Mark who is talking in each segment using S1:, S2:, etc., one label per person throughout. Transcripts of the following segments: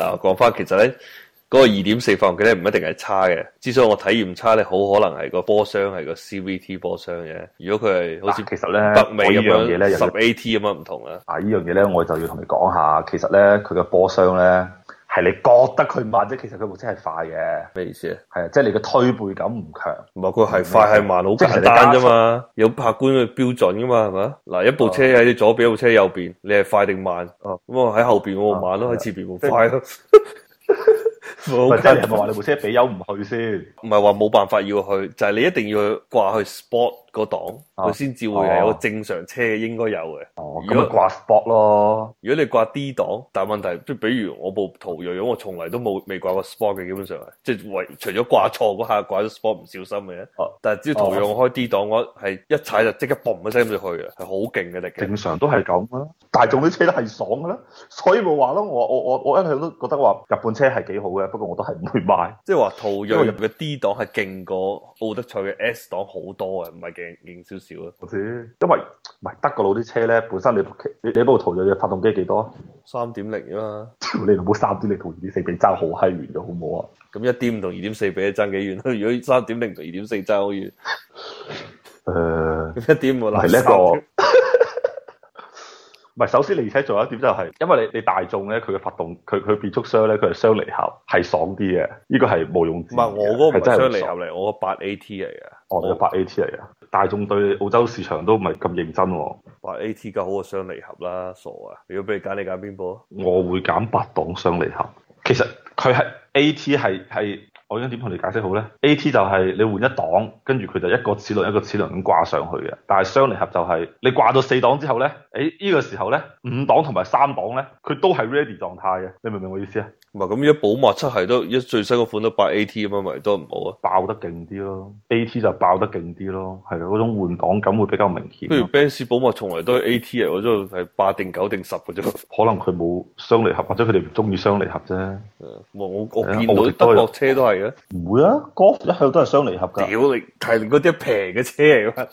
S1: 但我講翻，其實咧嗰、個二點四發動機咧唔一定係差嘅，之所以我體驗差咧，好可能係個波箱係個 CVT 波箱嘅。如果佢係好似
S2: 啊嗱其實咧
S1: 北美咁
S2: 我呢樣嘢
S1: 樣
S2: 咧
S1: 十
S2: 又
S1: AT 咁樣唔同啦。
S2: 啊！呢樣嘢咧，我就要同你講下，其實咧佢嘅波箱咧係你覺得佢慢啫，其實佢部車係快嘅，
S1: 咩意思啊？
S2: 係啊，即係你嘅推背感唔強。
S1: 唔係佢係快係慢好
S2: 嗯即係其實
S1: 簡
S2: 你加
S1: 單啫嘛，有客觀嘅標準噶嘛，係咪啊嗱，一部車喺你左邊，一部車右邊，你係快定慢？哦，咁我喺後邊我慢咯，
S2: 啊
S1: 喺前邊我快 咯。唔係
S2: 唔
S1: 好
S2: 係即係
S1: 簡
S2: 你係咪
S1: 單
S2: 話你部車俾油唔去先？
S1: 唔係話冇辦法要去，就係、你一定要去掛去 sport 嗰檔，佢
S2: 啊
S1: 先至會係有
S2: 哦
S1: 個正常車應該有嘅。
S2: 哦，
S1: 如
S2: 咁咪
S1: 果
S2: 掛 sport 咯。
S1: 如果你掛 D 檔，但係問題即係比如我部途銳咁，我從嚟都冇未掛過 sport 嘅，基本上係即係唯除咗掛錯嗰下掛咗 sport 唔小心嘅啫。
S2: 哦
S1: 但係只要途銳我開 D 檔，我係一踩就即刻嘣一聲咁就去嘅，係好勁嘅力嘅。
S2: 正常都係咁啦，大眾啲車都係爽噶啦，所以冇話咯。我我我我一向都覺得話日本車係幾好嘅，不過我都係唔會買。
S1: 即係話途
S2: 因為
S1: 銳嘅 D 檔係勁過奧德賽嘅 S 檔好多嘅，唔係勁勁少少啊，
S2: 我知，因為唔係德國佬啲車咧，本身你你你部途銳嘅發動機幾多？
S1: 三點零啊嘛。
S2: 屌你老母三點零同二點四比爭好閪遠嘅好唔好啊？
S1: 咁一點五同二點四比爭幾遠 啦？如果三點零同二點四爭好遠，
S2: 誒、
S1: 咁一點五
S2: 係呢一個。 唔係，首先你而且仲有一點就係、因為你你大眾咧，佢嘅發動佢佢變速箱咧，佢係雙離合，係爽啲嘅，呢個係毋庸
S1: 唔
S2: 置疑嘅。
S1: 係我嗰個唔係
S2: 係真
S1: 雙
S2: 係
S1: 離
S2: 爽
S1: 合嚟，我個八 AT 嚟嘅，
S2: 哦，你八 AT 嚟嘅。大眾對澳洲市場都唔係咁認真喎、
S1: 八 AT 梗好過雙離合啦，傻啊！如果俾你揀，你揀邊部啊？
S2: 我會減八檔雙離合。其實佢係 AT 係係，我應該點同你解釋好咧？AT 就係你換一檔，跟住佢就一個齒輪一個齒輪咁掛上去嘅。但係雙離合就係、你掛到四檔之後咧，誒、呢、個時候咧五檔同埋三檔咧，佢都係 ready 狀態嘅。你明唔明我意思啊？
S1: 唔係咁，而家寶馬七係都一最新嗰款都八 AT 咁啊，咪都唔好啊。
S2: 爆得勁啲咯，AT 就爆得勁啲咯，係啊嗰種換檔感會比較明顯
S1: 不如
S2: 咯。
S1: Benz 寶馬從來都係 AT 嚟，我都係八定九定十嘅啫。
S2: 可能佢冇雙離合，或者佢哋唔中意雙離合啫。
S1: 我我我
S2: 係啊
S1: 見
S2: 奧迪
S1: 到
S2: 都
S1: 德
S2: 有
S1: 國車都 係嘅，
S2: 唔會啊，Golf 一向都係雙離合
S1: 屌
S2: 㗎。
S1: 你係嗰啲平嘅車嚟㗎嘛，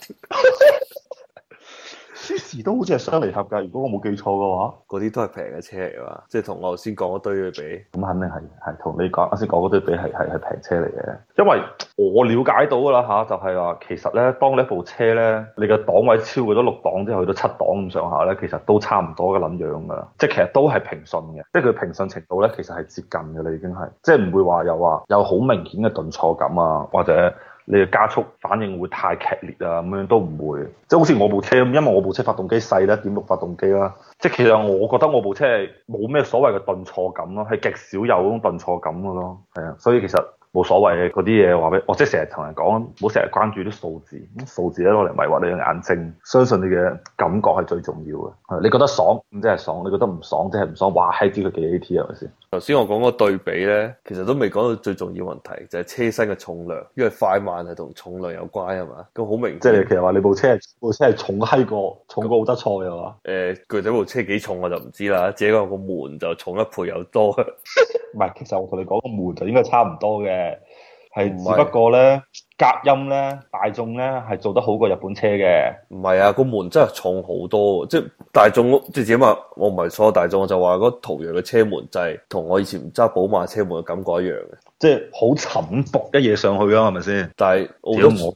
S2: 舒時都好似係雙離合㗎，如果我冇記錯嘅話，
S1: 嗰啲都係平嘅車嚟㗎嘛，即係同我頭先講嗰堆去比。
S2: 咁肯定係係同你講啱先講嗰對比係係係平車嚟嘅，因為我了解到㗎啦吓，就係、話其實咧，當你一部車咧，你嘅檔位超過咗六檔之後去到七檔咁上下咧，其實都差唔多嘅撚樣㗎啦，即係其實都係平順嘅，即係佢平順程度咧，其實係接近嘅啦，已經係，即係唔會話又話有好明顯嘅頓挫感啊，或者。你嘅加速反應會太劇烈啊，咁樣都唔會，即係好似我部車咁，因為我部車發動機細啦，點六發動機啦，即係其實我覺得我部車係冇咩所謂嘅頓挫感咯，係極少有嗰種頓挫感嘅咯，係啊，所以其實冇所謂嘅嗰啲嘢話俾我，即係成日同人講，唔好成日關注啲數字，數字咧攞嚟迷惑你嘅眼睛，相信你嘅感覺係最重要嘅。係你覺得爽咁即係爽，你覺得唔爽即係唔爽，哇閪知佢幾 A T 啊係咪先？
S1: 頭先我講個對比咧，其實都未講到最重要問題，就係、車身嘅重量，因為快慢係同重量有關係嘛。咁好明顯，
S2: 即係你其實話你部車部車係重閪過重過奧德賽係嘛？
S1: 誒、具體部車幾重我就唔知啦，只係講個門就重一倍有多。
S2: 唔係，其實我同你講個門就應該差唔多嘅，係
S1: 唔
S2: 只
S1: 係
S2: 不過咧隔音咧大眾咧係做得好過日本車嘅。
S1: 唔係啊，個門真係重好多，即係大眾即係點啊？我唔係所有大眾，我就話嗰途陽嘅車門就係同我以前揸寶馬車門嘅感覺一樣嘅。
S2: 即係好沉薄一嘢上去啊，係咪先？
S1: 但係奧
S2: 如
S1: 德
S2: 果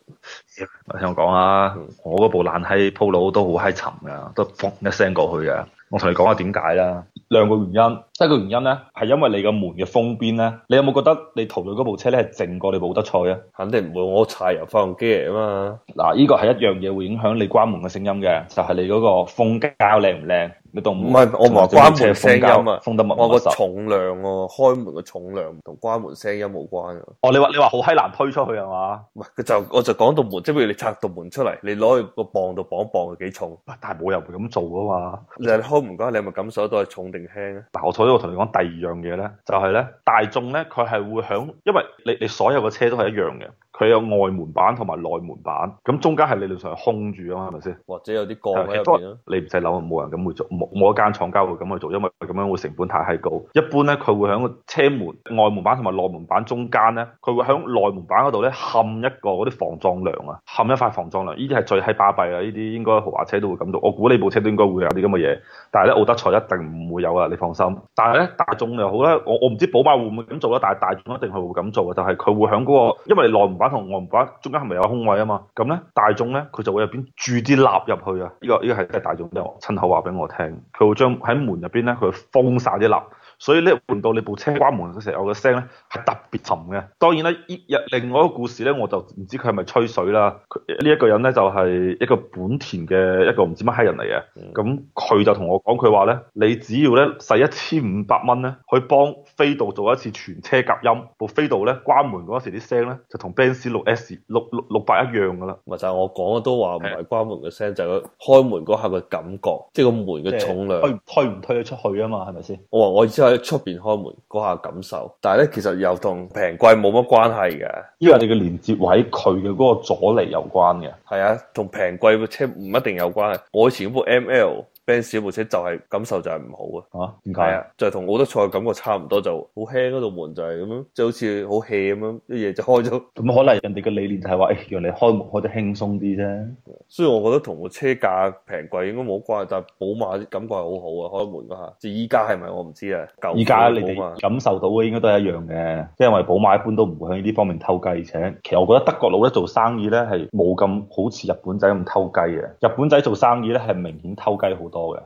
S2: 我聽我講啊
S1: 嗯，
S2: 我嗰部爛閪鋪佬都好閪沉噶，都砰一聲過去嘅。我同你講下點解啦，兩個原因。第一個原因咧，係因為你個門嘅封邊咧，你有冇覺得你途銳嗰部車咧係靜過你部奧德賽啊？
S1: 肯定唔會我柴油發動機嚟啊嘛。
S2: 嗱，呢個係一樣嘢會影響你關門嘅聲音嘅，就係、你嗰個風膠靚唔靚，你棟門
S1: 唔係我唔係話關門聲音啊
S2: 同埋風得密唔
S1: 我
S2: 密
S1: 個
S2: 實。
S1: 重量喎、開門嘅重量同關門聲音冇關啊。
S2: 哦，你話你話好閪難推出去係嘛？
S1: 唔係，佢就我就講到門，即係譬如你拆道門出嚟，你攞去個磅度磅一磅佢幾重，
S2: 喂但係冇人會咁做啊嘛。
S1: 你係開門嗰下，你係咪感受得到係重定輕啊咧？
S2: 嗱，我所以我同你講第二樣嘢咧，就係、咧，大眾咧佢係會響，因為你你所有嘅車都係一樣嘅，佢佢有外門板同埋內門板，咁中間係理論上係空住啊嘛，係咪先？
S1: 或者有啲鋼
S2: 係其
S1: 喺
S2: 實
S1: 入
S2: 都
S1: 邊啊咯。
S2: 你唔使諗，啊冇人咁會做，冇冇一間廠家會咁去做，因為咁樣會成本太閪高。一般咧，佢會喺個車門外門板同埋內門板中間咧，佢會喺內門板嗰度咧冚一個嗰啲防撞梁啊，冚一塊防撞梁。呢啲係最閪巴閉啊啦，呢啲應該豪華車都會咁做。我估你部車都應該會有啲咁嘅嘢，但係咧奧德賽一定唔會有啊，你放心。但係咧大眾又好啦，我我唔知寶馬會唔會咁做啦，但係大眾一定係會咁做嘅，就係、佢會喺嗰、個，因為內門板同外門板中間係咪有空位啊嘛？咁咧大眾咧佢就會入邊注啲蠟入去啊！呢、個呢、個係真係大眾都有親口話俾我聽，佢會將喺門入邊咧佢會封晒啲蠟。所以咧，換到你部車關門嘅時候，有個聲咧係特別沉嘅。當然啦，依有另外一個故事咧，我就唔知佢係咪吹水啦。佢呢一個人咧就係、一個本田嘅一個唔知乜閪人嚟嘅。咁佢就同我講，佢話咧，你只要咧使一千五百蚊咧，去幫飛度做一次全車隔音，部飛度咧關門嗰時啲聲咧就同 Benz 六 S 六六六八一樣噶啦。
S1: 咪就係我講嘅都話唔係關門嘅聲，就係、佢開門嗰下嘅感覺，即係個門嘅重量。
S3: 推推唔推得出去啊嘛，係咪先？
S1: 我話我只係喺出邊開門嗰下感受，但係咧其實又同平貴冇乜關係嘅。
S2: 因為你嘅連接位佢嘅嗰個阻力有關嘅。
S1: 係啊，同平貴嘅車唔一定有關係。我以前嗰部 ML Benz 嗰部車就係感受就係唔好啊。
S2: 啊，點
S1: 係？啊，就係同奧德賽嘅感覺差唔多，就好輕嗰度門就係咁樣，即係好似好 hea 咁樣，一嘢就開咗。
S3: 咁可能人哋嘅理念就係話，誒、哎讓你開門開得輕鬆啲啫。
S1: 所以我覺得同個車價平貴應該冇關係，但係寶馬感覺係好好啊，開門嗰下。即係依家係咪我唔知啊。舊
S3: 依家
S1: 款
S3: 你
S1: 嘅寶馬
S3: 哋感受到嘅應該都係一樣嘅，即係因為寶馬一般都唔會喺呢方面偷雞，而且其實我覺得德國佬咧做生意咧係冇咁好似日本仔咁偷雞嘅，日本仔做生意咧係明顯偷雞好多嘅，